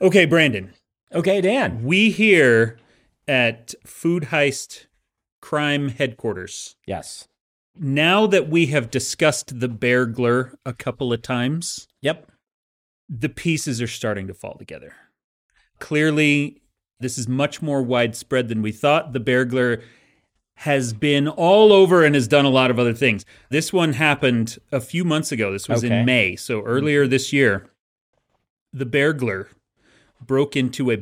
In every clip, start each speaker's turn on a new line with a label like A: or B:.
A: Okay, Brandon,
B: Okay, Dan.
A: we here at Food Heist Crime Headquarters,
B: Yes.
A: now that we have discussed the burglar a couple of times,
B: Yep.
A: the pieces are starting to fall together. Clearly, this is much more widespread than we thought. The burglar has been all over and has done a lot of other things. This one happened a few months ago. This was
B: Okay.
A: in May, so earlier this year. The burglar broke into a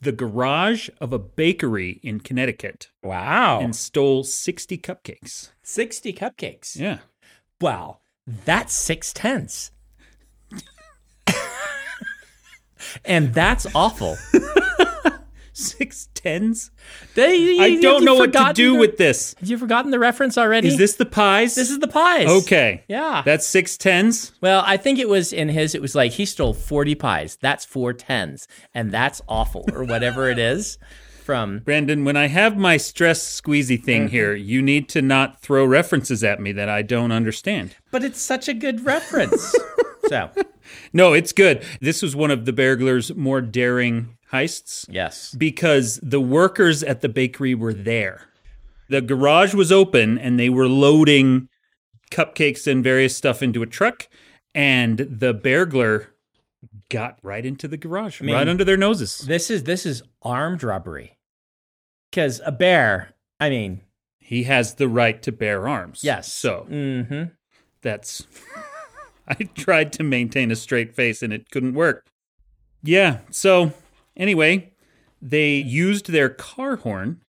A: the garage of a bakery in Connecticut
B: Wow.
A: and stole 60 cupcakes.
B: 60 cupcakes.
A: Yeah.
B: Wow. That's six tenths. and that's awful.
A: Six tens?
B: They,
A: I
B: you-
A: don't
B: you've
A: know what to
B: forgotten
A: do
B: the-
A: with this.
B: Have you forgotten the reference already?
A: Is this the pies?
B: This is the pies.
A: Okay.
B: Yeah.
A: That's six tens.
B: well, I think it was in his, it was like he stole 40 pies. That's four tens. And that's awful, or whatever it is from.
A: Brandon, when I have my stress squeezy thing
B: Mm-hmm.
A: here, you need to not throw references at me that I don't understand.
B: But it's such a good reference. so,
A: No, it's good. This was one of the burglar's more daring heists
B: yes.
A: because the workers at the bakery were there. The garage was open and they were loading cupcakes and various stuff into a truck, and the burglar got right into the garage,
B: mean,
A: right under their noses.
B: This is this is armed robbery. Cuz a bear, I mean,
A: He has the right to bear arms.
B: yes.
A: So
B: Mhm.
A: That's. I tried to maintain a straight face and it couldn't work. Yeah, so anyway, they used their car horn.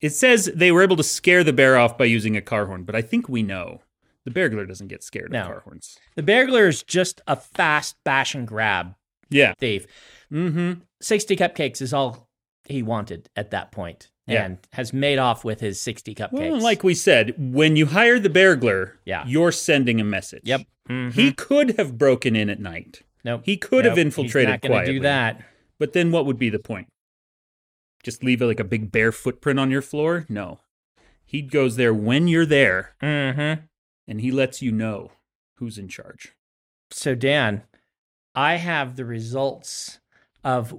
A: It says they were able to scare the bear off by using a car horn, but I think we know the burglar doesn't get scared
B: No.
A: of car horns.
B: The burglar is just a fast bash and grab
A: Yeah.
B: thief.
A: Mm hmm.
B: 60 cupcakes is all he wanted at that point
A: Yeah.
B: and has made off with his 60 cupcakes.
A: Well, like we said, when you hire the burglar,
B: Yeah.
A: you're sending a message.
B: Yep. Mm. Mm-hmm.
A: He could have broken in at night,
B: Nope.
A: he could have
B: Nope.
A: infiltrated
B: He's not gonna
A: quietly.
B: do that.
A: But then what would be the point? Just leave like a big bare footprint on your floor? No. He goes there when you're there
B: Mhm.
A: and he lets you know who's in charge.
B: So Dan, I have the results of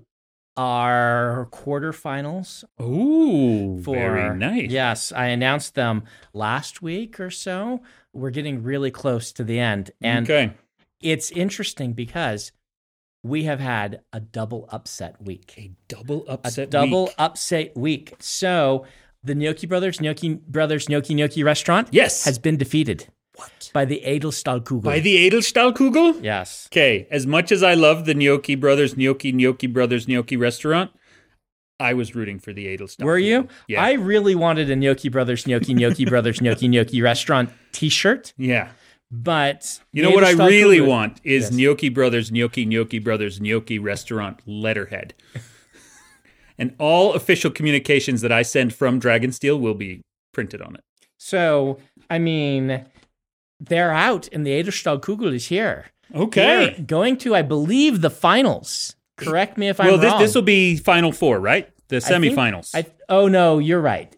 B: our quarterfinals
A: Ooh,
B: for
A: very nice.
B: Yes, I announced them last week or so. We're getting really close to the end, and
A: okay.
B: it's interesting because we have had a double upset week,
A: A double upset.
B: a double
A: week.
B: upset week. So the Gnocchi Brothers, Gnocchi Brothers, Gnocchi Gnocchi Restaurant
A: Yes.
B: has been defeated
A: What?
B: by the Edelstahlkugel.
A: By the Edelstahlkugel?
B: yes,
A: Okay. As much as I love the Gnocchi Brothers, Gnocchi, Gnocchi Brothers, Gnocchi restaurant, I was rooting for the Edelstahlkugel.
B: were you?
A: Yeah.
B: I really wanted a Gnocchi Brothers, Gnocchi Gnocchi Brothers, Gnocchi Gnocchi Restaurant T-shirt,
A: yeah.
B: but
A: You know what I really
B: want.
A: want is
B: Yes.
A: Gnocchi Brothers, Gnocchi, Gnocchi Brothers, Gnocchi Restaurant letterhead. and all official communications that I send from Dragonsteel will be printed on it.
B: So, I mean, they're out, and the Edelstahlkugel is here. They're going to, I believe, the finals. Correct me if I'm
A: well, this,
B: wrong.
A: this will be final four, right? The
B: I think-
A: semifinals.
B: I, oh no, you're right.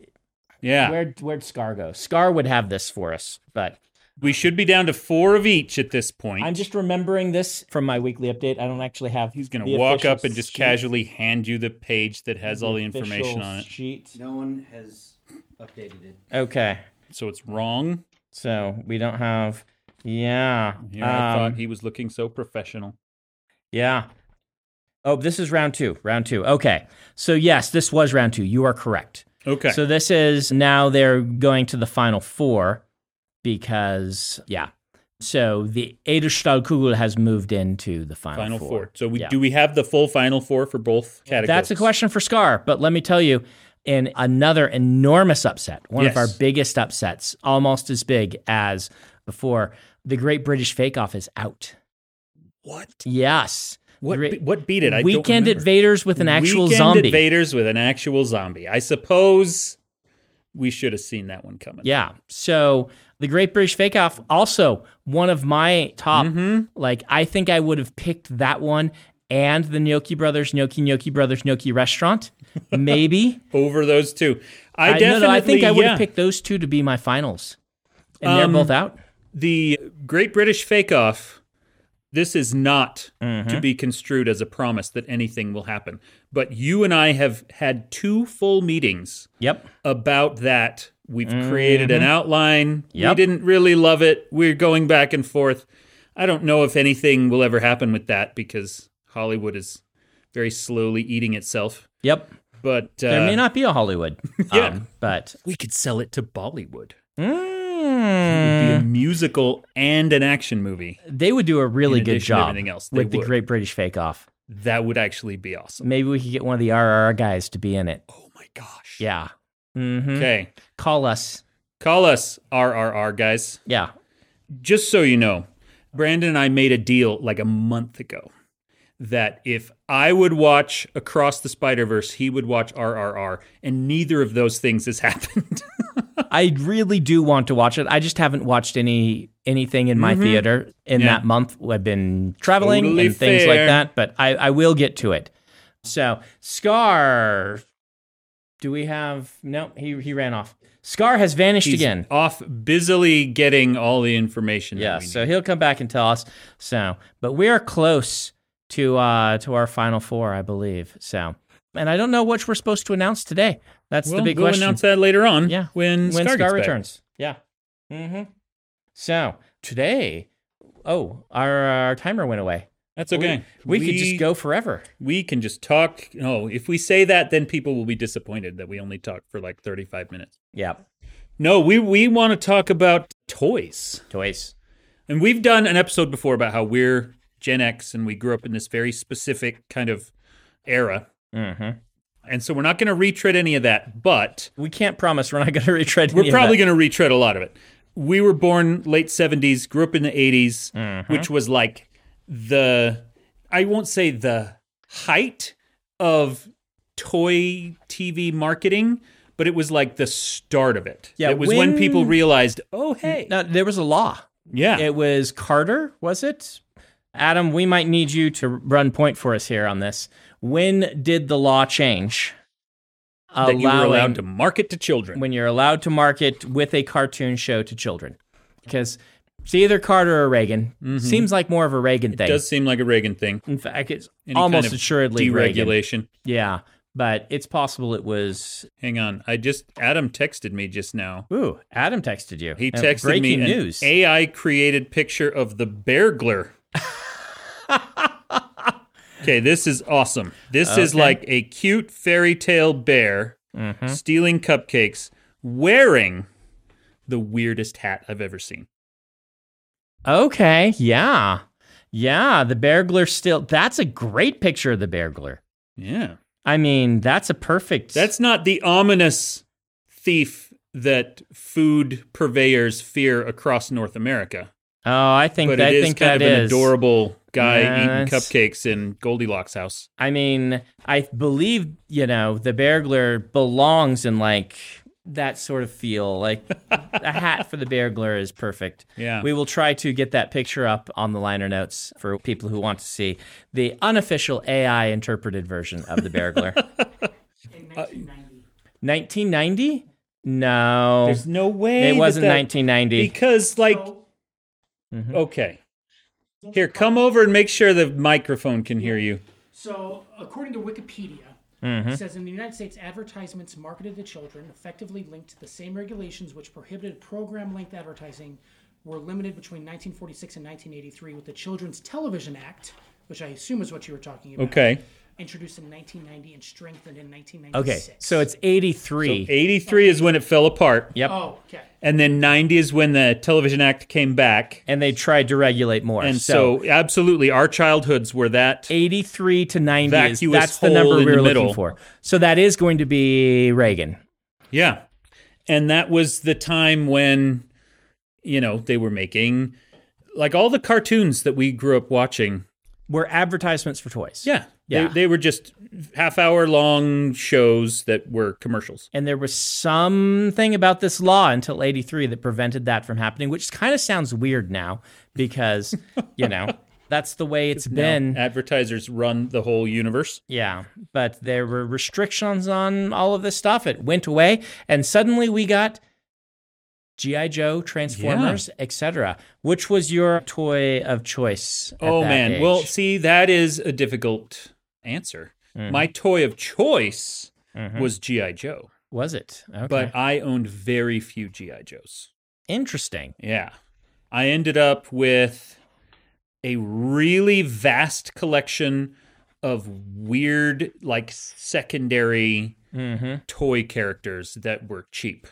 A: yeah.
B: Where where'd Scar go? Scar would have this for us, but
A: We should be down to four of each at this point.
B: I'm just remembering this from my weekly update. I don't actually have.
A: He's going
B: the
A: to walk
B: official
A: up and just
B: sheet-
A: casually hand you the page that has all the information
B: official
A: on it.
B: Sheet.
C: No one has updated it.
B: Okay,
A: So it's wrong.
B: so we don't have. Yeah.
A: Yeah, I
B: um,
A: thought he was looking so professional.
B: Yeah. Oh, this is round two. Round two. Okay. So, yes, this was round two. You are correct.
A: Okay.
B: So, this is now they're going to the final four because, yeah. So, the Edelstahlkugel has moved into the final,
A: final four.
B: four.
A: So we
B: Yeah.
A: do we have the full final four for both categories?
B: That's a question for Scar. But let me tell you, in another enormous upset, one of
A: Yes.
B: our biggest upsets, almost as big as before, the Great British Fake Off is out.
A: What?
B: Yes.
A: What?
B: Great-
A: be- what beat it? I
B: Weekend
A: don't
B: at
A: remember.
B: Vader's with an actual
A: Weekend
B: zombie.
A: at Vader's with an actual zombie. I suppose we should have seen that one coming.
B: Yeah. So the Great British Fake Off, also one of my top.
A: Mm-hmm.
B: Like I think I would have picked that one and the Gnocchi Brothers, Gnocchi Gnocchi Brothers, Gnocchi Restaurant, maybe.
A: Over those two, I,
B: I, no,
A: definitely.
B: no, I think I would
A: yeah. Um,
B: have picked those two to be my finals, and they're both out.
A: the Great British Fake Off. This is not
B: Mm-hmm.
A: to be construed as a promise that anything will happen. But you and I have had two full meetings
B: Yep.
A: about that. We've created an outline. We
B: Mm-hmm. Yep.
A: didn't really love it. We're going back and forth. I don't know if anything will ever happen with that because Hollywood is very slowly eating itself.
B: Yep.
A: But uh,
B: There may not be a Hollywood. um,
A: yeah.
B: but
A: we could sell it to Bollywood. It'd be
B: Mm,
A: a musical and an action movie.
B: they would do a really
A: In
B: good
A: addition to
B: job
A: everything else, they
B: with the
A: would.
B: Great British Fake Off.
A: That would actually be awesome.
B: Maybe we could get one of the RR guys to be in it.
A: Oh my gosh.
B: Yeah. hmm
A: Okay.
B: Call us.
A: Call us RRR guys.
B: Yeah.
A: Just so you know, Brandon and I made a deal like a month ago that if I would watch Across the Spider Verse, he would watch RRR, and neither of those things has happened.
B: I really do want to watch it. I just haven't watched any anything in my theater in
A: Mm-hmm. Yeah.
B: that month. I've been traveling
A: Totally
B: and things like
A: fair.
B: that, but I, I will get to it. So Scar, do we have? No, he he ran off. Scar has vanished
A: He's
B: again.
A: off busily getting all the information. that
B: Yeah,
A: we
B: so he'll come back and tell us. So, but we are close to uh to our final four, I believe. So, and I don't know which we're supposed to announce today. That's
A: Well,
B: the big
A: we'll
B: question.
A: announce that later on.
B: Yeah.
A: when,
B: when
A: gets
B: Scar,
A: back.
B: returns. Yeah. Mm-hmm. So today, oh, our, our timer went away.
A: That's okay.
B: We, we could just go forever.
A: We can just talk. No, if we say that, then people will be disappointed that we only talked for like thirty-five minutes.
B: Yeah.
A: No, we we want to talk about toys.
B: Toys.
A: And we've done an episode before about how we're Gen X and we grew up in this very specific kind of era.
B: Mm-hmm.
A: And so we're not going to retread any of that, but
B: We can't promise we're not going to retread.
A: we're probably going to retread a lot of it. We were born late 70s, grew up in the 80s,
B: Mm-hmm.
A: which was like the, I won't say the height of toy TV marketing, but it was like the start of it.
B: Yeah,
A: it was when,
B: when-
A: people realized, oh, hey. Ah.
B: Now there was a law.
A: yeah.
B: It was Carter, was it? Adam, we might need you to run point for us here on this. When did the law change?
A: that you were
B: Allowing-
A: allowed to market to children.
B: when you're allowed to market with a cartoon show to children. Because it's either Carter or Reagan. Seems like more of a Reagan thing.
A: Mm-hmm. does seem like a Reagan thing.
B: In fact, it's
A: Any
B: almost
A: kind of
B: assuredly
A: deregulation.
B: Reagan. Yeah, but it's possible it was.
A: Hang on, I just Adam texted me just now.
B: Ooh, Adam texted you.
A: He
B: Uh,
A: texted
B: breaking
A: me
B: news.
A: an AI created picture of the burglar. okay, this is awesome. This is
B: Okay.
A: like a cute fairy tale bear
B: Mm-hmm.
A: stealing cupcakes, wearing the weirdest hat I've ever seen.
B: okay, yeah, yeah. The burglar still. That's a great picture of the burglar.
A: Yeah,
B: I mean, that's a perfect.
A: that's not the ominous thief that food purveyors fear across North America.
B: Oh, I think
A: but
B: I
A: it is
B: think
A: kind
B: that
A: of an
B: is.
A: adorable guy
B: Yeah,
A: eating
B: that's-
A: cupcakes in Goldilocks' house.
B: I mean, I believe, you know, the burglar belongs in like that sort of feel. Like a hat for the burglar is perfect.
A: Yeah.
B: We will try to get that picture up on the liner notes for people who want to see the unofficial AI interpreted version of the burglar.
A: Uh,
B: 1990? No.
A: There's no way
B: it
A: that
B: wasn't Mm-hmm.
A: that-
B: 1990.
A: because like
B: Mhm.
A: okay, here come over and make sure the microphone can hear you.
D: So, according to Wikipedia,
B: Mm-hmm.
D: it says in the United States, advertisements marketed to children effectively linked to the same regulations which prohibited program length advertising were limited between 1946 and 1983 with the Children's Television Act, which I assume is what you were talking about.
A: Okay,
D: Introduced in 1990 and strengthened in
B: okay.
D: 1996.
B: So it's 83.
A: 83 is when it fell apart,
B: yep.
D: Oh, okay.
A: and then 90 is when the Television Act came back,
B: And they tried to regulate more.
A: and so, absolutely our childhoods were that.
B: 83 to 90 is,
A: Vacuous
B: that's the
A: hole
B: number we
A: in the
B: were
A: middle.
B: looking for. So that is going to be Reagan.
A: Yeah. And that was the time when, you know, they were making like all the cartoons that we grew up watching.
B: Were advertisements for toys.
A: Yeah.
B: Yeah.
A: They, they were just half hour long shows that were commercials.
B: And there was something about this law until 83 that prevented that from happening, which kind of sounds weird now because, you know, that's the way it's been.
A: Advertisers run the whole universe.
B: Yeah, but there were restrictions on all of this stuff. It went away, and suddenly we got GI Joe, Transformers, etc. Which was your toy of choice? at
A: oh
B: that
A: man.
B: age?
A: Well, see, that is a difficult answer.
B: Mm-hmm.
A: My toy of choice was GI Joe,
B: was it? Mm-hmm. Okay.
A: but I owned very few GI Joes.
B: Interesting.
A: Yeah. I ended up with a really vast collection of weird, like secondary Mm-hmm.
B: Hmm.
A: toy characters that were cheap.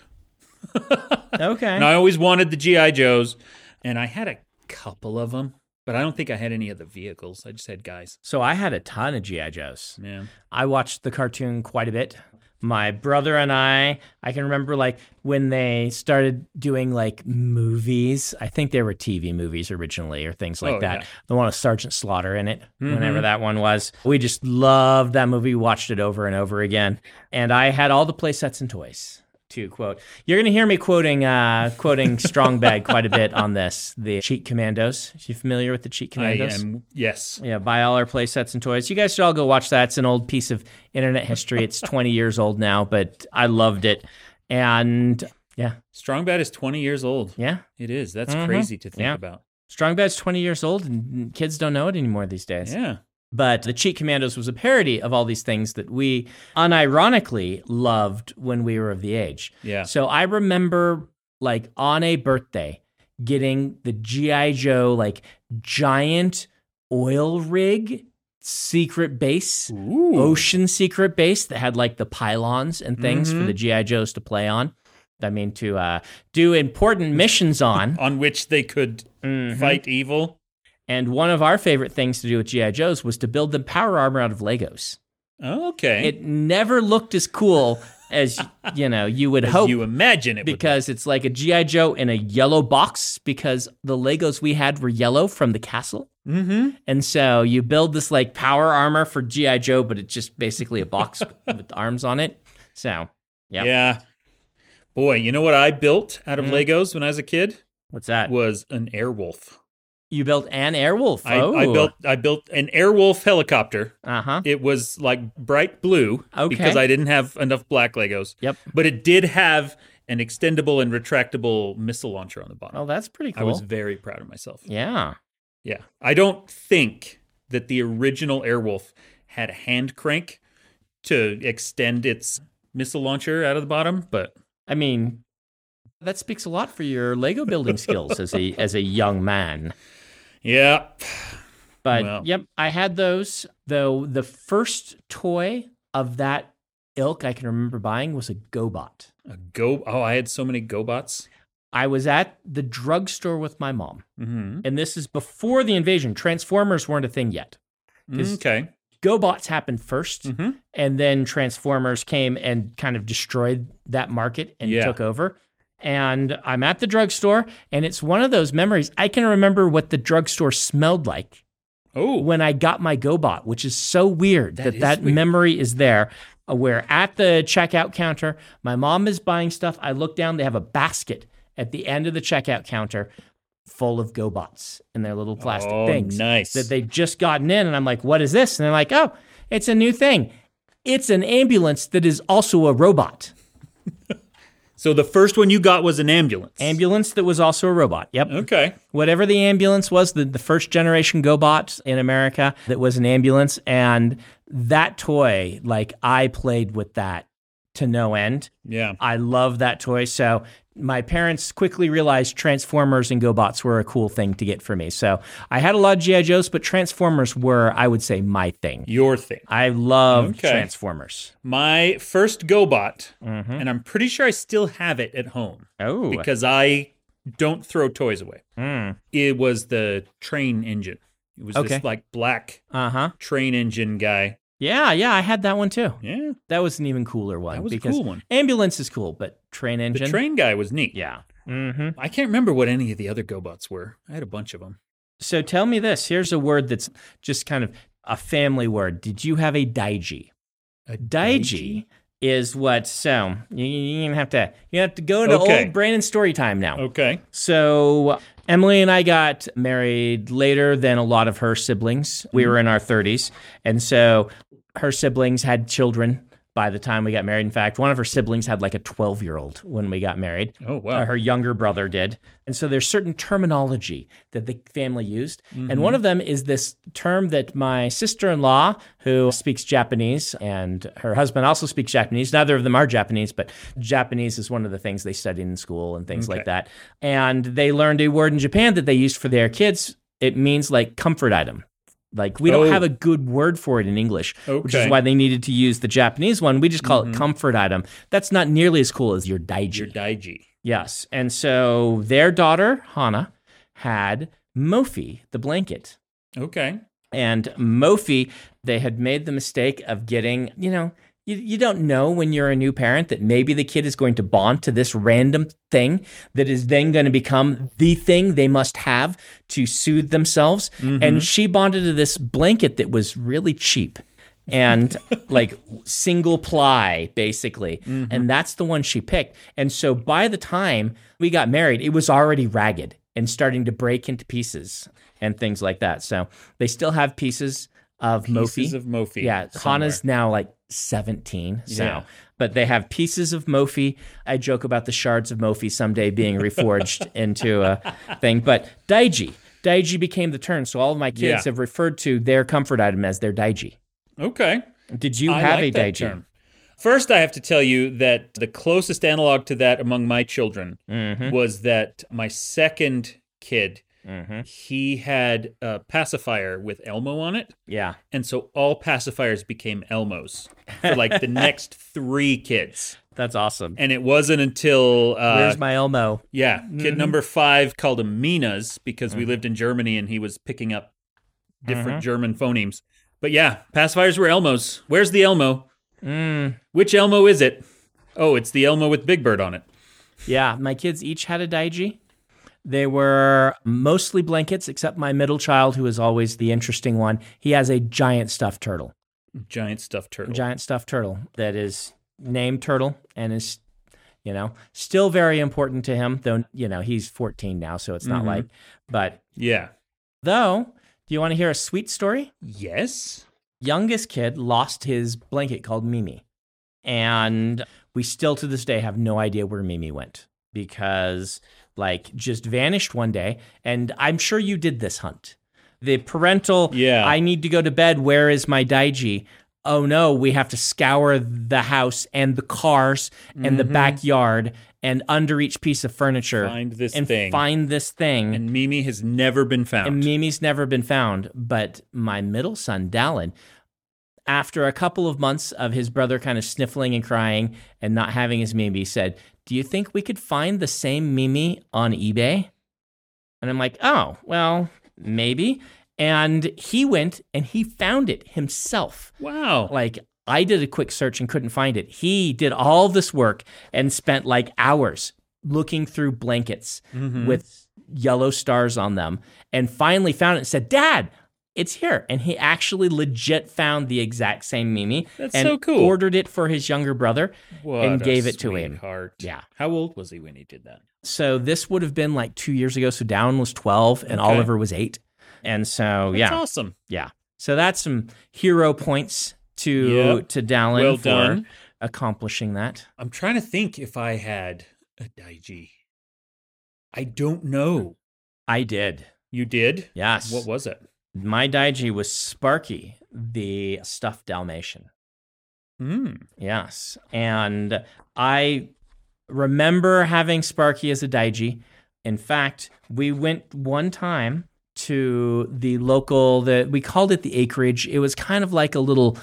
B: Okay.
A: And I always wanted the G.I. Joes, and I had a couple of them, but I don't think I had any of the vehicles. I just had guys.
B: So I had a ton of GI Joes.
A: Yeah.
B: I watched the cartoon quite a bit. My brother and I, I can remember like when they started doing like movies. I think they were TV movies originally or things like
A: Oh,
B: that.
A: yeah. Mm-hmm.
B: The one with Sergeant Slaughter in it, whenever that one was. We just loved that movie, watched it over and over again. And I had all the play sets and toys. To quote, you're going to hear me quoting uh, quoting Strongbag quite a bit on this. The Cheat Commandos. Are you familiar with the Cheat
A: I
B: Commandos?
A: am, yes.
B: Yeah, buy all our play sets and toys. You guys should all go watch that. It's an old piece of internet history. It's 20 years old now, but I loved it. And yeah,
A: Strong Bad is 20 years old.
B: yeah.
A: It is. That's crazy to think
B: Mm-hmm. Yeah.
A: about.
B: Strong Bad's 20 years old and kids don't know it anymore these days.
A: Yeah.
B: But The Cheat Commandos was a parody of all these things that we unironically loved when we were of the age.
A: Yeah.
B: So I remember like on a birthday getting the GI Joe like giant oil rig secret base, ocean secret base that had like the pylons and things for the GI Joes to play on. I mean to uh, do important missions on.
A: On which they could
B: Mm-hmm.
A: fight evil.
B: And one of our favorite things to do with GI Joes was to build them power armor out of Legos.
A: Okay.
B: It never looked as cool as you know you would
A: as
B: hope
A: you imagine it would
B: because it's like a GI Joe in a yellow box because the Legos we had were yellow from the castle. Mm-hmm. And so you build this like power armor for GI Joe, but it's just basically a box with arms on it. So yeah, Mm-hmm.
A: Yeah. Boy, you know what I built out of Legos when I was a kid
B: what's that?
A: was an airwolf.
B: you built an Airwolf.
A: I,
B: oh,
A: I built I built an airwolf helicopter.
B: Uh huh.
A: It was like bright blue because
B: Okay.
A: I didn't have enough black Legos.
B: Yep.
A: But it did have an extendable and retractable missile launcher on the bottom.
B: Oh, that's pretty
A: I
B: cool.
A: was very proud of myself.
B: yeah.
A: Yeah. I don't think that the original Airwolf had a hand crank to extend its missile launcher out of the bottom, but
B: I mean, that speaks a lot for your Lego building skills as a as a young man.
A: yeah.
B: But
A: Well.
B: yep, I had those. Though the first toy of that ilk I can remember buying was a GoBot.
A: A go oh, I had so many GoBots.
B: I was at the drugstore with my mom,
A: Mm-hmm.
B: and this is before the invasion. Transformers weren't a thing yet. Is- Mm-hmm.
A: Okay.
B: GoBots happened 1st
A: Mhm.
B: and then Transformers came and kind of destroyed that market and
A: Yeah.
B: took over. And I'm at the drugstore, and it's one of those memories. I can remember what the drugstore smelled like
A: Oh,
B: when I got my GoBot, which is so weird that that,
A: is weird.
B: memory is there. uh, Where at the checkout counter, my mom is buying stuff. I look down, they have a basket at the end of the checkout counter full of GoBots in their little plastic
A: Oh,
B: things
A: nice.
B: that they'd just gotten in. And I'm like, what is this? And they're like, oh, it's a new thing. It's an ambulance that is also a robot.
A: so the first one you got was an ambulance.
B: Ambulance that was also a robot. Yep.
A: okay.
B: whatever the ambulance was, the, the first generation GoBot in America that was an ambulance. And that toy, like I played with that to no end.
A: Yeah.
B: I love that toy. So my parents quickly realized Transformers and GoBots were a cool thing to get for me. So I had a lot of G.I. Joes, but Transformers were, I would say, my thing.
A: Your thing.
B: I love
A: Okay.
B: Transformers.
A: My first GoBot,
B: Mm-hmm.
A: and I'm pretty sure I still have it at home
B: Oh,
A: because I don't throw toys away.
B: mm.
A: It was the train engine. It was
B: Okay.
A: this like black
B: uh huh.
A: train engine guy.
B: Yeah, yeah. I had that one too.
A: Yeah.
B: That was an even cooler one.
A: That was a
B: because
A: cool one.
B: Ambulance is cool, but train
A: The
B: engine.
A: train guy was neat.
B: Yeah. Mm-hmm.
A: I can't remember what any of the other GoBots were. I had a bunch of them.
B: So tell me this. Here's a word that's just kind of a family word. Did you have a daiji?
A: A
B: Daiji is what. So you, you gonna have to you have to go into
A: Okay.
B: old brain and story time now.
A: Okay.
B: So Emily and I got married later than a lot of
A: Mm-hmm.
B: her siblings. We were in our 30s, and so her siblings had children by the time we got married. In fact, one of her siblings had like a 12 year old when we got married.
A: Oh, wow.
B: Uh, her younger brother did. And so there's certain terminology that the family used.
A: Mm-hmm.
B: And one of them is this term that my sister in law, who speaks Japanese, and her husband also speaks Japanese. Neither of them are Japanese, but Japanese is one of the things they studied in school and things like that. And they learned a word in Japan that they used for their kids. It means like comfort item. Like we don't
A: Oh.
B: have a good word for it in English, which is
A: Okay. Mm-hmm.
B: why they needed to use the Japanese one. We just call it comfort item. That's not nearly as cool as your daiji.
A: Your Daiji.
B: yes. And so their daughter, Hana, had Mophie, the blanket.
A: Okay.
B: And Mophie, they had made the mistake of getting, you know, you, you don't know when you're a new parent that maybe the kid is going to bond to this random thing that is then going to become the thing they must have to soothe themselves. And she bonded to this blanket that was really cheap and like single ply basically
A: Mm-hmm.
B: and that's the one she picked and so by the time we got married it was already ragged and starting to break into pieces and things like that so they still have pieces of
A: Pieces
B: mophie
A: of Mophie.
B: yeah
A: somewhere.
B: hana's now like 17 so
A: Yeah.
B: but they have pieces of mophie i joke about the shards of mophie someday being reforged into a thing but daiji daiji became the term so all of my kids
A: Yeah.
B: have referred to their comfort item as their daiji
A: Okay.
B: did you
A: I
B: have
A: like
B: a
A: that
B: daiji?
A: term. First, I have to tell you that the closest analog to that among my children
B: Mm-hmm.
A: was that my second kid,
B: Mm-hmm.
A: he had a pacifier with Elmo on it.
B: Yeah.
A: And so all pacifiers became Elmos for like the next three kids.
B: That's awesome.
A: And it wasn't until, uh,
B: Where's my Elmo?
A: yeah,
B: Mm-hmm.
A: kid number five called him Minas because we lived in Germany and he was picking up different
B: Mm-hmm.
A: German phonemes. But yeah, pacifiers were Elmos. Where's the Elmo?
B: Mm.
A: Which Elmo is it? Oh, it's the Elmo with Big Bird on it.
B: Yeah, my kids each had a daiji. They were mostly blankets, except my middle child, who is always the interesting one. He has a giant stuffed turtle.
A: Giant stuffed turtle.
B: Giant stuffed turtle that is named Turtle and is, you know, still very important to him, though, you know, he's 14 now, so it's
A: Mm-hmm.
B: not like, but
A: yeah.
B: though, do you want to hear a sweet story?
A: Yes.
B: youngest kid lost his blanket called Mimi. And we still to this day have no idea where Mimi went because, like, just vanished one day. And I'm sure you did this hunt. The parental,
A: Yeah.
B: I need to go to bed. Where is my Daiji? Oh no, we have to scour the house and the cars and the backyard and under each piece of furniture
A: Mm-hmm. Find this
B: and
A: thing.
B: find this thing.
A: And Mimi has never been found.
B: And Mimi's never been found, but my middle son, Dallin, after a couple of months of his brother kind of sniffling and crying and not having his Mimi, said, Do you think we could find the same Mimi on eBay? And I'm like, Oh, well, maybe. And he went and he found it himself.
A: wow.
B: Like, I did a quick search and couldn't find it. He did all this work and spent like hours looking through blankets
A: Mm-hmm.
B: with yellow stars on them and finally found it and said, Dad, it's here. And he actually legit found the exact same Mimi.
A: That's
B: and
A: so cool.
B: Ordered it for his younger brother
A: What
B: and
A: a
B: gave it to him.
A: sweetheart.
B: Yeah.
A: How old was he when he did that?
B: So this would have been like two years ago. So Down was 12
A: Okay.
B: and Oliver was eight. And so,
A: That's
B: yeah.
A: awesome.
B: Yeah. So that's some hero points to
A: Yep.
B: to Dallin
A: Well
B: for
A: done.
B: accomplishing that.
A: I'm trying to think if I had a Daiji. I don't know.
B: I did.
A: You did?
B: Yes.
A: What was it?
B: My Daiji was Sparky, the stuffed Dalmatian. Hmm.
A: Mm.
B: Yes. And I remember having Sparky as a Daiji. In fact, we went one time to the local the we called it the acreage. It was kind of like a little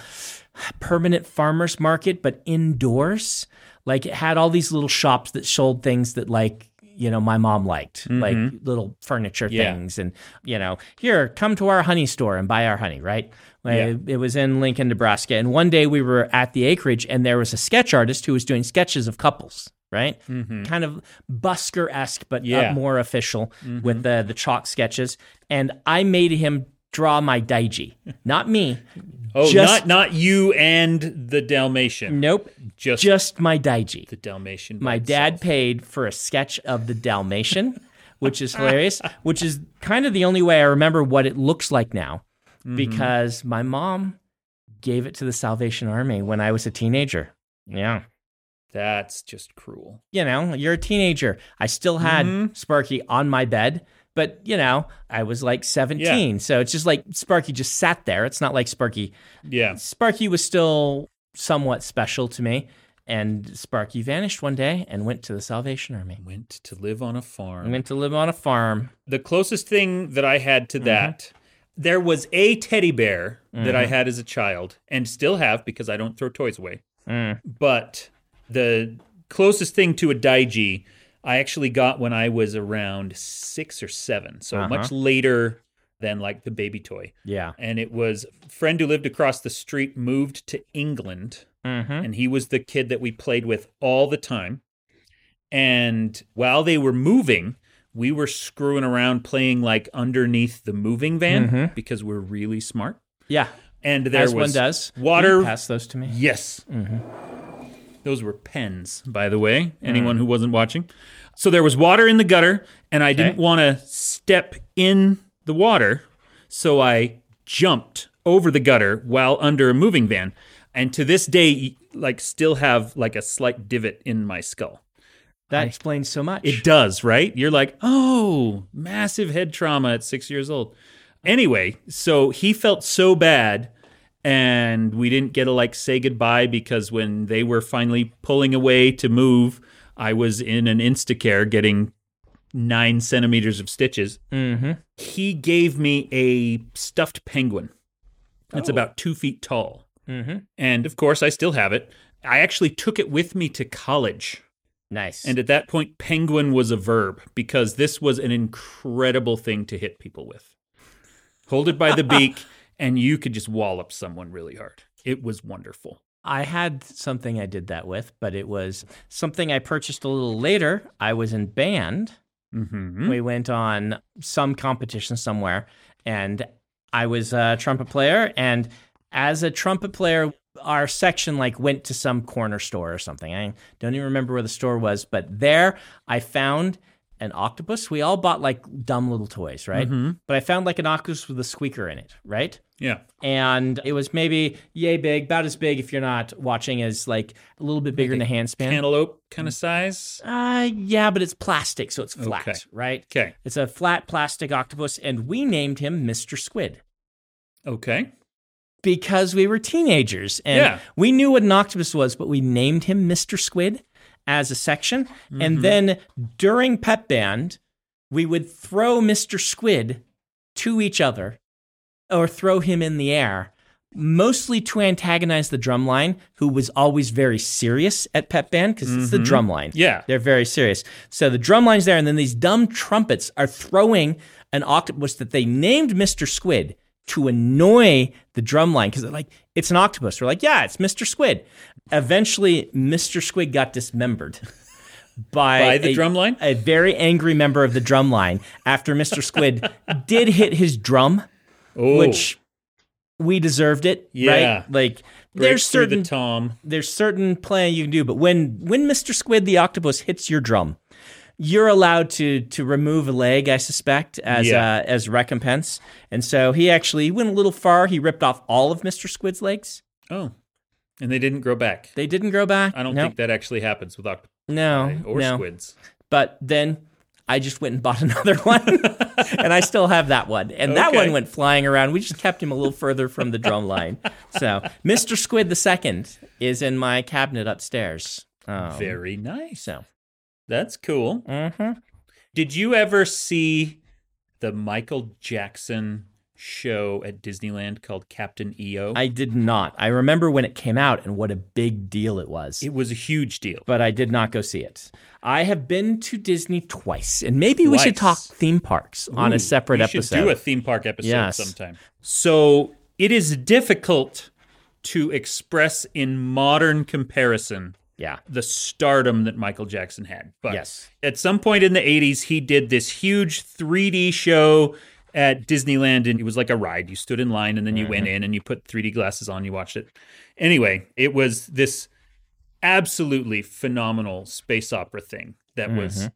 B: permanent farmers market, but indoors. Like it had all these little shops that sold things that like you know my mom liked, like little furniture
A: Mm-hmm. Yeah.
B: things, and you know here come to our honey store and buy our honey, right? Like,
A: Yeah.
B: It was in Lincoln, Nebraska, and one day we were at the acreage, and there was a sketch artist who was doing sketches of couples. Right,
A: Mm-hmm.
B: kind of busker esque, but uh,
A: Yeah.
B: more official with the the chalk sketches. And I made him draw my daiji, not me,
A: Oh,
B: Just-
A: not not you and the Dalmatian.
B: Nope.
A: Just,
B: Just my daiji.
A: the Dalmatian. by
B: My dad
A: itself.
B: paid for a sketch of the Dalmatian, which is hilarious, which is kind of the only way I remember what it looks like now because my mom gave it to the Salvation Army when I was a teenager. Yeah.
A: That's just cruel.
B: You know, you're a teenager. I still had
A: Mm-hmm.
B: Sparky on my bed, but you know, I was like 17. So it's just like Sparky just sat there. It's not like Sparky.
A: Yeah.
B: Sparky was still somewhat special to me. And Sparky vanished one day and went to the Salvation Army.
A: Went to live on a farm.
B: I went to live on a farm.
A: the closest thing that I had
B: Mm-hmm.
A: to that, there was a teddy bear that
B: Mm-hmm.
A: I had as a child and still have because I don't throw toys away.
B: Mm.
A: But the closest thing to a Daiji I actually got when I was around six or seven. So
B: Uh-huh.
A: much later than like the baby toy.
B: Yeah.
A: And it was a friend who lived across the street moved to England
B: Mm-hmm.
A: and he was the kid that we played with all the time. And while they were moving, we were screwing around playing like underneath the moving van because we're really smart.
B: Yeah.
A: And there
B: Mm-hmm. As
A: was
B: one does.
A: water.
B: You Pass those to me.
A: Yes. Those were pens, by the way, anyone who wasn't watching. So there was water in the gutter, and I didn't want to step in the water. So I jumped over the gutter while under a moving van. And to this day, like, still have like a slight divot in my skull.
B: That explains so much.
A: It does, right? You're like, oh, massive head trauma at six years old. Anyway, so he felt so bad, and we didn't get to like say goodbye because when they were finally pulling away to move, I was in an Instacare getting nine centimeters of stitches.
B: Mm-hmm.
A: He gave me a stuffed penguin. It's about two feet tall.
B: Oh. Mm-hmm.
A: And of course, I still have it. I actually took it with me to college.
B: Nice.
A: And at that point, penguin was a verb because this was an incredible thing to hit people with. Hold it by the beak, and you could just wallop someone really hard. It was wonderful.
B: I had something I did that with, but it was something I purchased a little later. I was in band.
A: Mm-hmm.
B: We went on some competition somewhere, and I was a trumpet player. And as a trumpet player, our section like went to some corner store or something. I don't even remember where the store was, but there I found an octopus. We all bought like dumb little toys, right? But I found like an octopus with a squeaker in it, right?
A: Yeah.
B: and it was maybe yay big, about as big if you're not watching as like a little bit bigger than a handspan.
A: Antelope kind of size.
B: Uh, yeah, but it's plastic, so it's flat,
A: Okay.
B: right?
A: Okay.
B: It's a flat plastic octopus, and we named him Mr. Squid
A: Okay.
B: because we were teenagers and
A: Yeah.
B: we knew what an octopus was, but we named him Mr. Squid as a section.
A: Mm-hmm.
B: And then during Pep Band, we would throw Mr. Squid to each other or throw him in the air, mostly to antagonize the drum line, who was always very serious at Pep Band because it's the drum line.
A: Mm-hmm. Yeah.
B: They're very serious. So the drum line's there, and then these dumb trumpets are throwing an octopus that they named Mr. Squid to annoy the drum line because they're like, it's an octopus. We're like, yeah, it's Mr. Squid. Eventually, Mr. Squid got dismembered. By,
A: By the
B: a-
A: drum line?
B: A very angry member of the drum line after Mr. Squid did hit his drum,
A: Oh,
B: which we deserved it.
A: Yeah.
B: Right? Like,
A: breaks
B: there's
A: through
B: certain
A: the tom.
B: there's certain playing you can do, but when when Mr. Squid the octopus hits your drum, you're allowed to to remove a leg, I suspect, as
A: Yeah.
B: uh, as recompense. And so he actually went a little far. He ripped off all of Mr. Squid's legs.
A: Oh, and they didn't grow back.
B: They didn't grow back.
A: I don't
B: no,
A: think that actually happens with octopi
B: no,
A: or
B: no.
A: squids.
B: But then I just went and bought another one, and I still have that one. And that
A: Okay.
B: one went flying around. We just kept him a little further from the drum line. So Mr. Squid the second is in my cabinet upstairs. Um,
A: Very nice.
B: so.
A: That's cool.
B: Mm-hmm.
A: Did you ever see the Michael Jackson show at Disneyland called Captain E EO?
B: I did not. I remember when it came out and what a big deal it was,
A: it was a huge deal.
B: but I did not go see it. I have been to Disney twice, and maybe we should talk
A: Twice.
B: theme parks on
A: Ooh,
B: a separate
A: we should
B: episode.
A: do a theme park episode
B: Yes.
A: sometime. So it is difficult to express in modern comparison
B: Yeah.
A: the stardom that Michael Jackson had. But
B: Yes.
A: at some point in the 80s, he did this huge 3D show at Disneyland, and it was like a ride. You stood in line, and then you went
B: Mm-hmm.
A: in, and you put 3D glasses on, you watched it. Anyway, it was this absolutely phenomenal space opera thing
B: Mm-hmm.
A: that was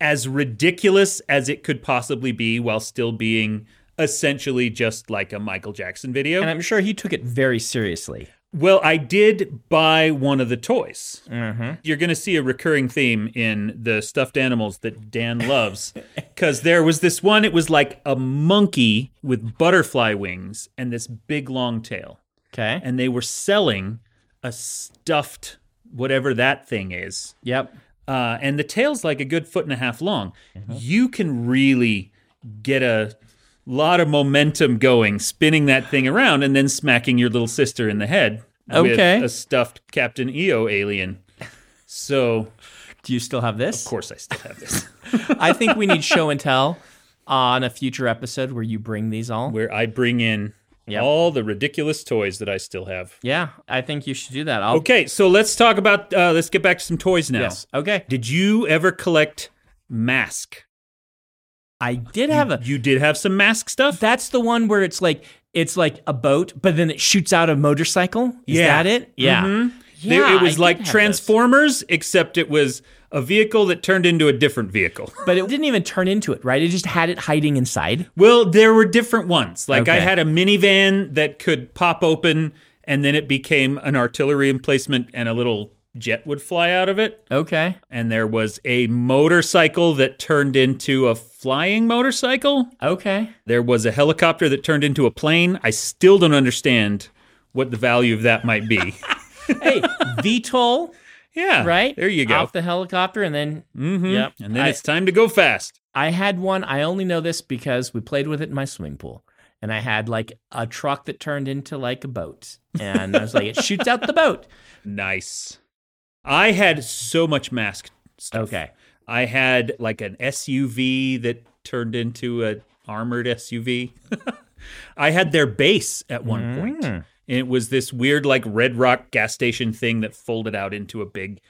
A: as ridiculous as it could possibly be while still being essentially just like a Michael Jackson video.
B: And I'm sure he took it very seriously.
A: Well, I did buy one of the toys. You're going to see a recurring theme in the stuffed animals that Dan loves. Because there was this one, it was like a monkey with butterfly wings and this big long tail.
B: Okay.
A: And they were selling a stuffed, whatever that thing is.
B: yep.
A: Uh, and the tail's like a good foot and a half long.
B: Mm-hmm.
A: You can really get a lot of momentum going, spinning that thing around and then smacking your little sister in the head
B: Okay.
A: with a stuffed Captain EO alien. So,
B: Do you still have this?
A: of course, I still have this.
B: I think we need show and tell on a future episode where you bring these all.
A: Where I bring in
B: Yep.
A: all the ridiculous toys that I still have.
B: yeah, I think you should do that. I'll,
A: Okay, so let's talk about, uh, let's get back to some toys now.
B: Yes. Okay.
A: Did you ever collect mask?
B: I did have a.
A: You did have some mask stuff?
B: That's the one where it's like it's like a boat, but then it shoots out a motorcycle. Is
A: Yeah. Mm-hmm.
B: that it? Yeah.
A: There-
B: Yeah,
A: it
B: I
A: was
B: did
A: like
B: have
A: Transformers, except it was a vehicle that turned into a different vehicle.
B: this. But it didn't even turn into it, right? It just had it hiding inside.
A: well, there were different ones. Like I
B: Okay.
A: had a minivan that could pop open, and then it became an artillery emplacement, and a little jet would fly out of it.
B: Okay.
A: And there was a motorcycle that turned into a flying motorcycle.
B: Okay.
A: There was a helicopter that turned into a plane. I still don't understand what the value of that might be.
B: Hey, VTOL,
A: yeah,
B: right?
A: there you go. Mm-hmm.
B: Off the helicopter, and then yep.
A: and then
B: I,
A: it's time to go fast.
B: I had one. I only know this because we played with it in my swimming pool, and I had like a truck that turned into like a boat, and I was like, it shoots out the boat.
A: Nice. I had so much mask stuff.
B: Okay.
A: I had like an SUV that turned into a armored SUV. I had their base at one point. It was this weird like Red Rock gas station thing that folded out into a big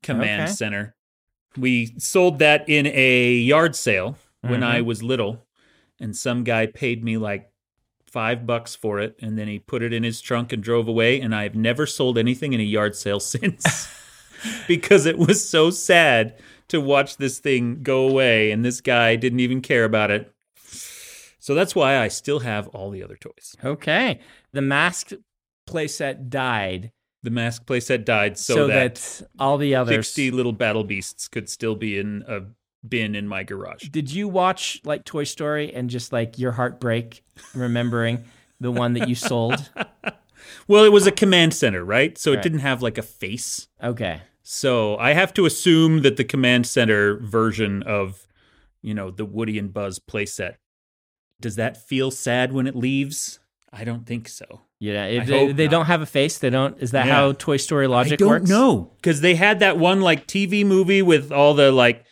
A: command
B: Okay.
A: center. We sold that in a yard sale when I was little and some guy paid me like 5 bucks for it and then he put it in his trunk and drove away and I've never sold anything in a yard sale since because it was so sad to watch this thing go away and this guy didn't even care about it. So that's why I still have all the other toys.
B: Okay. The mask playset died
A: The mask playset died so,
B: so, that, all the others
A: 60 little battle beasts could still be in a bin in my garage.
B: Did you watch like Toy Story and just like your heartbreak remembering the one that you sold?
A: Well, it was a command center, right? So it
B: Right.
A: didn't have like a face.
B: Okay.
A: So I have to assume that the command center version of, you know, the Woody and Buzz playset does that feel sad when it leaves? I don't think so.
B: Yeah, if
A: I
B: they,
A: hope
B: they
A: not.
B: don't have a face. They don't. Is that
A: Yeah.
B: how Toy Story logic
A: I don't
B: works?
A: know because they had that one like TV movie with all the like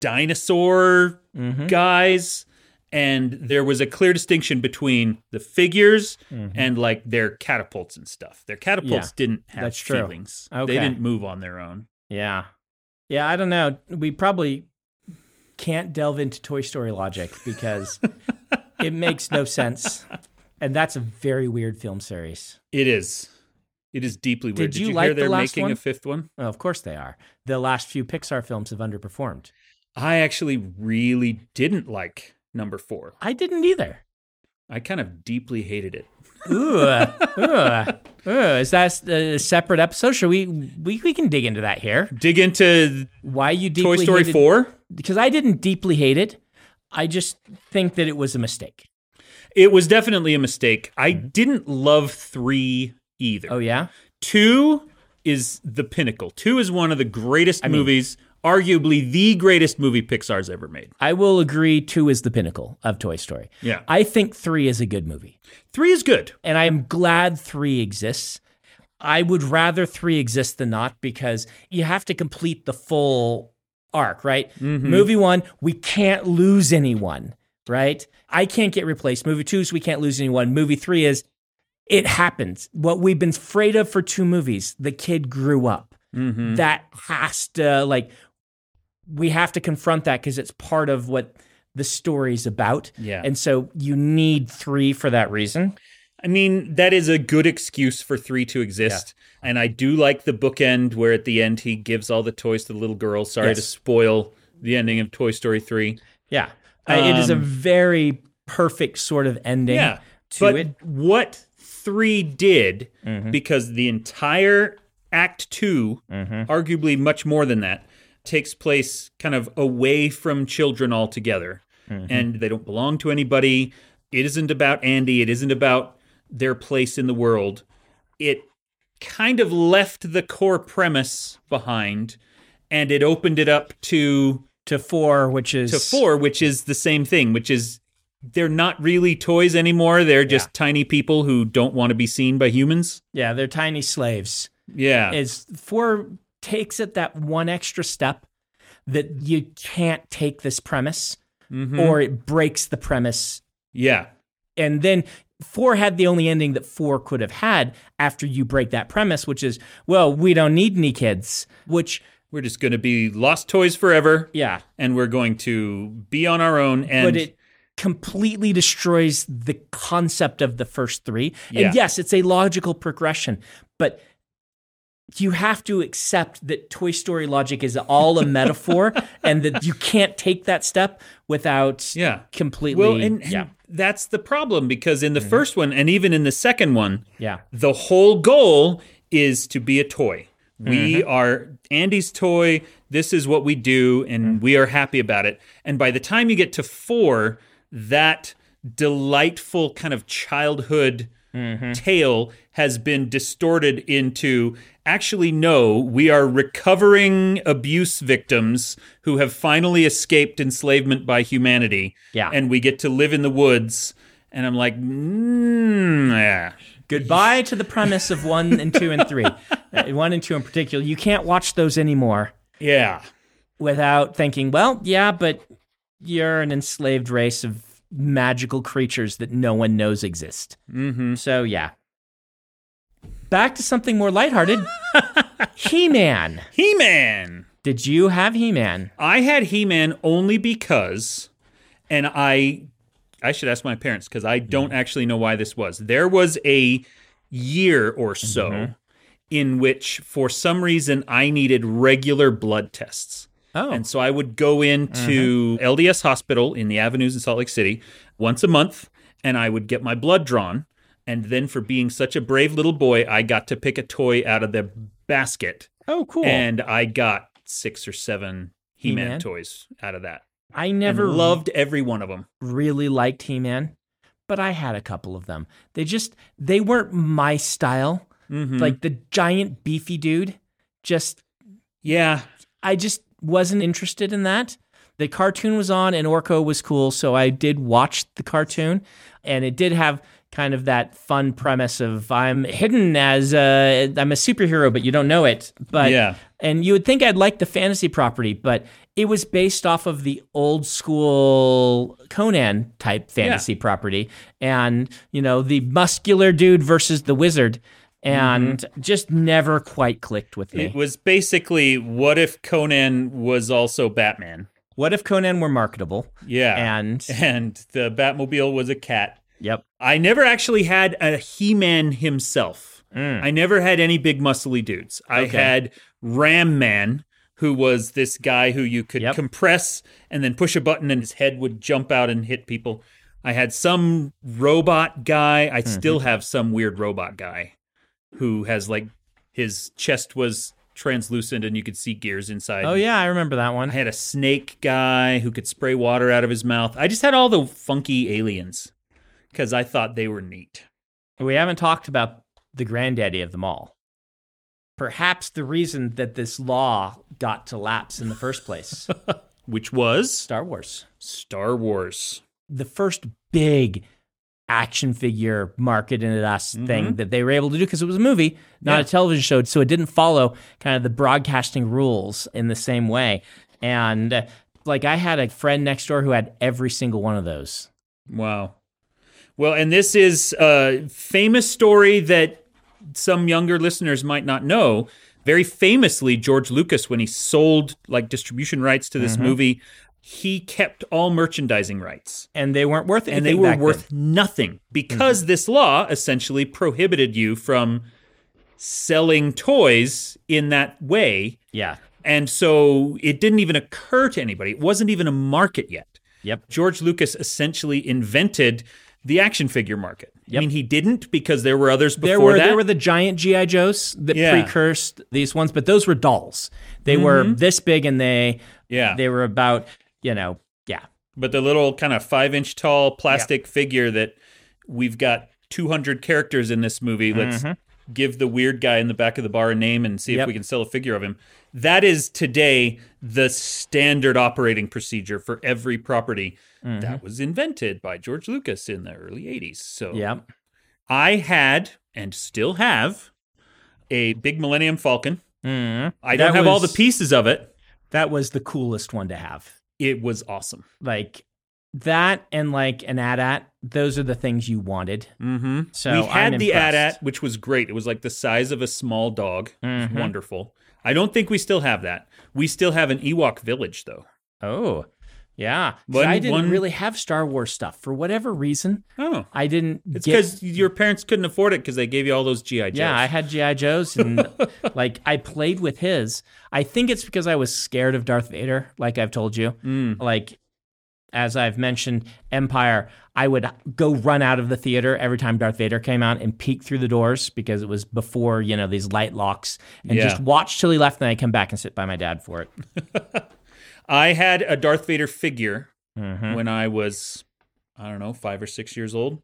A: dinosaur
B: Mhm.
A: guys, and there was a clear distinction between the figures
B: Mm-hmm.
A: and like their catapults and stuff. Their catapults didn't have
B: that's true.
A: feelings;
B: Okay.
A: they didn't move on their own.
B: Yeah, yeah. I don't know. We probably can't delve into Toy Story logic because it makes no sense, and that's a very weird film series.
A: It is, it is deeply weird.
B: Did you
A: hear
B: like the
A: they're
B: last
A: making
B: one?
A: a fifth one?
B: Well, of course they are. The last few Pixar films have underperformed.
A: I actually really didn't like number four.
B: I didn't either.
A: I kind of deeply hated it.
B: Ooh, uh, ooh, ooh. Is that a separate episode? Should we, we we can dig into that here?
A: Dig into
B: Why you
A: Toy
B: deeply
A: Story
B: hated-
A: four.
B: Because I didn't deeply hate it. I just think that it was a mistake.
A: It was definitely a mistake. I didn't love three either.
B: Mm-hmm. Oh yeah,
A: Two is the pinnacle. Two is one of the greatest movies, arguably the greatest movie Pixar's ever made.
B: I will agree. Two is the pinnacle of Toy Story.
A: Yeah.
B: I think three is a good movie,
A: Three is good.
B: and I am glad three exists. I would rather three exist than not because you have to complete the full arc, right? Movie one, we can't lose anyone, right? I can't get replaced. Movie two is we can't lose anyone. Movie three is it happens. What we've been afraid of for two movies, the kid grew up. That has to like we have to confront that because it's part of what the story's about.
A: Yeah.
B: And so you need three for that reason.
A: I mean, that is a good excuse for three to exist. And I do like the bookend where at the end he gives all the toys to the little girl. Sorry to
B: Yes.
A: spoil the ending of Toy Story 3.
B: Yeah. Uh, it is a very perfect sort of ending
A: Um, Yeah.
B: to
A: but
B: it. Mm-hmm.
A: what three did, because the entire Act 2
B: Mm-hmm.
A: arguably much more than that, takes place kind of away from children altogether,
B: Mm-hmm.
A: and they don't belong to anybody. It isn't about Andy. It isn't about their place in the world. It kind of left the core premise behind, and it opened it up to
B: To four, which is
A: to four, which is the same thing, which is they're not really toys anymore. They're just tiny people who don't want to be seen by humans.
B: Yeah, they're tiny slaves.
A: Yeah.
B: Is four takes it that one extra step that you can't take this premise
A: Mm-hmm.
B: or it breaks the premise
A: yeah.
B: and then four had the only ending that four could have had after you break that premise, which is, well, we don't need any kids. Which,
A: We're just going to be lost toys forever.
B: yeah,
A: And we're going to be on our own. And
B: but it completely destroys the concept of the first three.
A: Yeah.
B: And yes, it's a logical progression, but you have to accept that Toy Story logic is all a metaphor and that you can't take that step without
A: yeah.
B: completely.
A: Well, and, and
B: yeah, Mm-hmm.
A: that's the problem because in the first one and even in the second one,
B: yeah.
A: the whole goal is to be a toy. We are Andy's toy. This is what we do, and we are happy about it. And by the time you get to four, that delightful kind of childhood tale has been distorted into actually, no, we are recovering abuse victims who have finally escaped enslavement by humanity.
B: Yeah.
A: And we get to live in the woods. And I'm like, mm, yeah.
B: Goodbye to the premise of one and two and three. Uh, one and two in particular. You can't watch those anymore
A: Yeah.
B: without thinking, well, yeah, but you're an enslaved race of magical creatures that no one knows exist. Mm-hmm. So, yeah. Back to something more lighthearted He Man.
A: He Man.
B: Did you have He Man?
A: I had He Man only because, and I, I should ask my parents because I don't actually know why this was. There was a year or so in which, for some reason, I needed regular blood tests.
B: Oh.
A: And so I would go into LDS Hospital in the avenues in Salt Lake City once a month and I would get my blood drawn. And then, for being such a brave little boy, I got to pick a toy out of the basket.
B: oh, cool.
A: And I got six or seven He Man
B: He-Man?
A: toys out of that.
B: I
A: And
B: never
A: loved every one of them.
B: really liked He Man, but I had a couple of them. They just they weren't my style. Like the giant beefy dude, just
A: Yeah.
B: I just wasn't interested in that. The cartoon was on and Orko was cool, so I did watch the cartoon, and it did have kind of that fun premise of I'm hidden as a I'm a superhero, but you don't know it. But
A: Yeah.
B: and you would think I'd like the fantasy property, but it was based off of the old school Conan type fantasy property, and you know the muscular dude versus the wizard, and just never quite clicked with me.
A: It was basically what if Conan was also Batman?
B: What if Conan were marketable?
A: Yeah.
B: And
A: and the Batmobile was a cat.
B: yep.
A: I never actually had a He Man himself. I never had any big muscly dudes. I
B: Mm. Okay.
A: had Ram Man, who was this guy who you could
B: Yep.
A: compress and then push a button and his head would jump out and hit people. I had some robot guy.
B: Mm-hmm.
A: I still have some weird robot guy who has like his chest was translucent and you could see gears inside.
B: Oh yeah, I remember that
A: I
B: one.
A: had a snake guy who could spray water out of his mouth. I just had all the funky aliens because I thought they were neat.
B: We haven't talked about the granddaddy of them all. Perhaps the reason that this law got to lapse in the first place.
A: Which was
B: Star Wars.
A: Star Wars.
B: The first big action figure marketed at us thing that they were able to do because it was a movie, not
A: Mm-hmm. Yeah.
B: a television show. So it didn't follow kind of the broadcasting rules in the same way. And uh, like I had a friend next door who had every single one of those.
A: Wow. Well, and this is a famous story that some younger listeners might not know. Very famously, George Lucas, when he sold like distribution rights to this movie, he kept all merchandising rights.
B: and they weren't worth it.
A: and they were worth nothing because
B: Mm-hmm.
A: this law essentially prohibited you from selling toys in that way.
B: yeah
A: And so it didn't even occur to anybody. It wasn't even a market yet.
B: Yep.
A: George Lucas essentially invented the action figure market. I
B: Yep.
A: mean, he didn't because there were others before
B: There were
A: that.
B: there were the giant GI Joes that
A: Yeah.
B: precursed these ones, but those were dolls. They were this big, and they
A: yeah,
B: they were about you know yeah
A: but the little kind of five inch tall plastic figure that we've got 200 characters in this movie. Let's give the weird guy in the back of the bar a name and see if
B: Mm-hmm. Yep.
A: we can sell a figure of him. That is today the standard operating procedure for every property
B: Mm-hmm.
A: that was invented by George Lucas in the early 80s. So,
B: yeah
A: I had and still have a big Millennium Falcon. I don't
B: Mm-hmm. That
A: have all the
B: was-
A: pieces of it.
B: that was the coolest one to have.
A: It was awesome.
B: Like that and like an AT-AT, those are the things you wanted.
A: Mm-hmm.
B: So
A: we had
B: I'm
A: the
B: impressed.
A: AT-AT, which was great. It was like the size of a small dog. It was
B: Mhm.
A: wonderful. I don't think we still have that. We still have an Ewok village, though.
B: Oh, yeah. 'Cause
A: One-
B: I didn't
A: one-
B: really have Star Wars stuff for whatever reason.
A: Oh,
B: I didn't.
A: it's
B: get-
A: because your parents couldn't afford it because they gave you all those GI Joes.
B: Yeah, I had GI Joes and like I played with his. I think it's because I was scared of Darth Vader, like I've told you. Like as I've mentioned, Empire, I would go run out of the theater every time Darth Vader came out and peek through the doors because it was before, you know, these light locks and
A: Yeah.
B: just watch till he left and then I come back and sit by my dad for it.
A: I had a Darth Vader figure when I was, I don't know, five or six years old.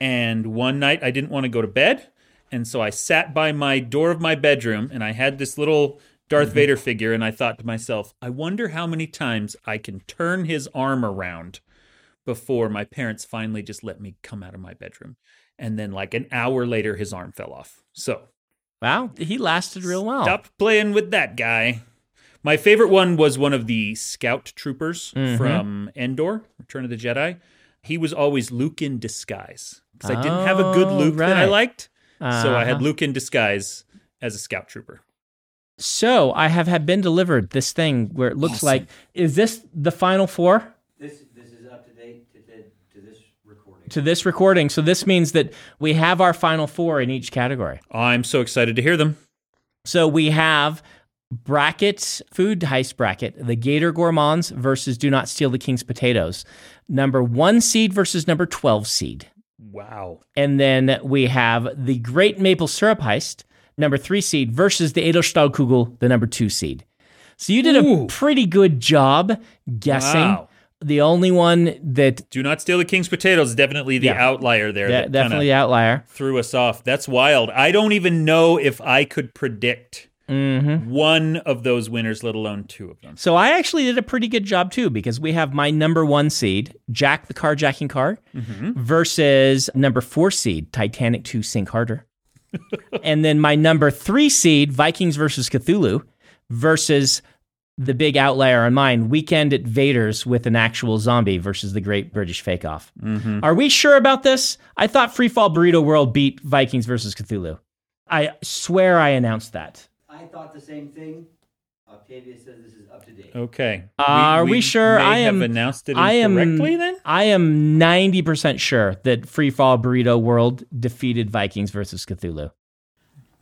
A: And one night I didn't want to go to bed. And so I sat by my door of my bedroom and I had this little Darth Vader figure. And I thought to myself, I wonder how many times I can turn his arm around before my parents finally just let me come out of my bedroom. And then, like an hour later, his arm fell off. So
B: Wow, he lasted real well.
A: Stop playing with that guy. My favorite one was one of the scout troopers
B: Mm-hmm.
A: from Endor, Return of the Jedi. He was always Luke in disguise because I didn't have a good
B: Oh,
A: Luke that I
B: right.
A: liked. So I had
B: Uh-huh.
A: Luke in disguise as a scout trooper.
B: So I have had been delivered this thing where it looks like is this the final four?
C: This this is up to date to, the, to this recording.
B: to this recording. So this means that we have our final four in each category.
A: I'm so excited to hear them.
B: So we have bracket food heist bracket the gator gourmands versus do not steal the king's potatoes number one seed versus number 12 seed
A: Wow.
B: and then we have the great maple syrup heist number three seed versus the edelstahlkugel the number two seed so you did a
A: Ooh.
B: pretty good job guessing
A: Wow.
B: the only one that
A: Do not steal the king's potatoes. Definitely the
B: Yeah.
A: outlier there.
B: yeah,
A: that kinda
B: definitely outlier
A: threw us off. That's wild. I don't even know if I could predict
B: Mm-hmm.
A: one of those winners, let alone two of them.
B: So I actually did a pretty good job too because we have my number one seed, Jack the Carjacking Car, versus number four seed, Titanic 2 Sink Harder. and then my number three seed, Vikings versus Cthulhu, versus the big outlier on mine, Weekend at Vader's with an actual zombie versus the Great British Fake Off. Are we sure about this? I thought Freefall Burrito World beat Vikings versus Cthulhu. I swear I announced that.
C: I thought the same thing. Octavia says this is up to date.
A: Okay.
B: Uh, Are we sure?
A: may
B: I am-
A: have announced it
B: I am
A: incorrectly then?
B: I am ninety percent sure that Free Fall Burrito World defeated Vikings versus Cthulhu.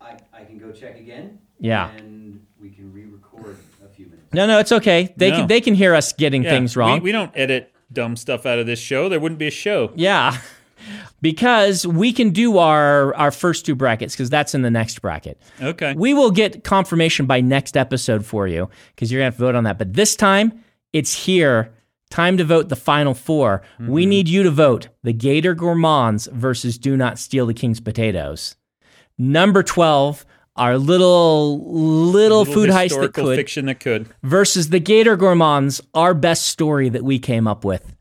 C: I, I can go check again.
B: Yeah.
C: And we can re-record a few minutes.
B: No, no, it's okay. They
A: No.
B: can they can hear us getting
A: Yeah,
B: things
A: we-
B: wrong.
A: We, don't edit dumb stuff out of this show. There wouldn't be a show.
B: yeah, because we can do our our first two brackets because that's in the next bracket.
A: Okay.
B: We will get confirmation by next episode for you because you're gonna have to vote on that. But this time it's here. Time to vote the final 4
A: Mm-hmm.
B: We need you to vote the Gator Gourmands versus Do Not Steal the King's Potatoes. Number 12, our little little,
A: Little
B: food heist that
A: historical
B: could
A: fiction that could.
B: versus the Gator Gourmands, our best story that we came up with.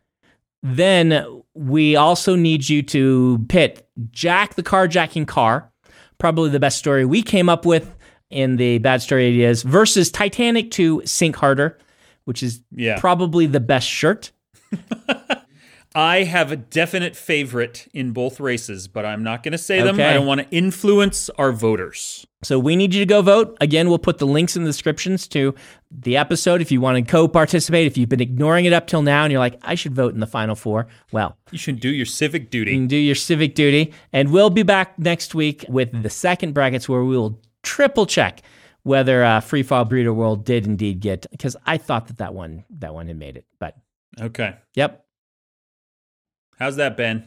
B: Then we also need you to pit Jack the Carjacking Car, probably the best story we came up with in the Bad Story Ideas, versus Titanic 2 Sink Harder, which is
A: Yeah.
B: probably the best shirt.
A: I have a definite favorite in both races, but I'm not going to say them.
B: Okay.
A: I don't want to influence our voters.
B: So we need you to go vote. Again, we'll put the links in the descriptions to the episode if you want to co participate. If you've been ignoring it up till now and you're like, I should vote in the final four, well,
A: You should do your civic
B: you
A: duty.
B: can do your civic duty. And we'll be back next week with the second brackets where we will triple check whether uh, Free Fall Breeder World did indeed get because I thought that that one that one had made it, but
A: Okay.
B: Yep.
A: How's that been?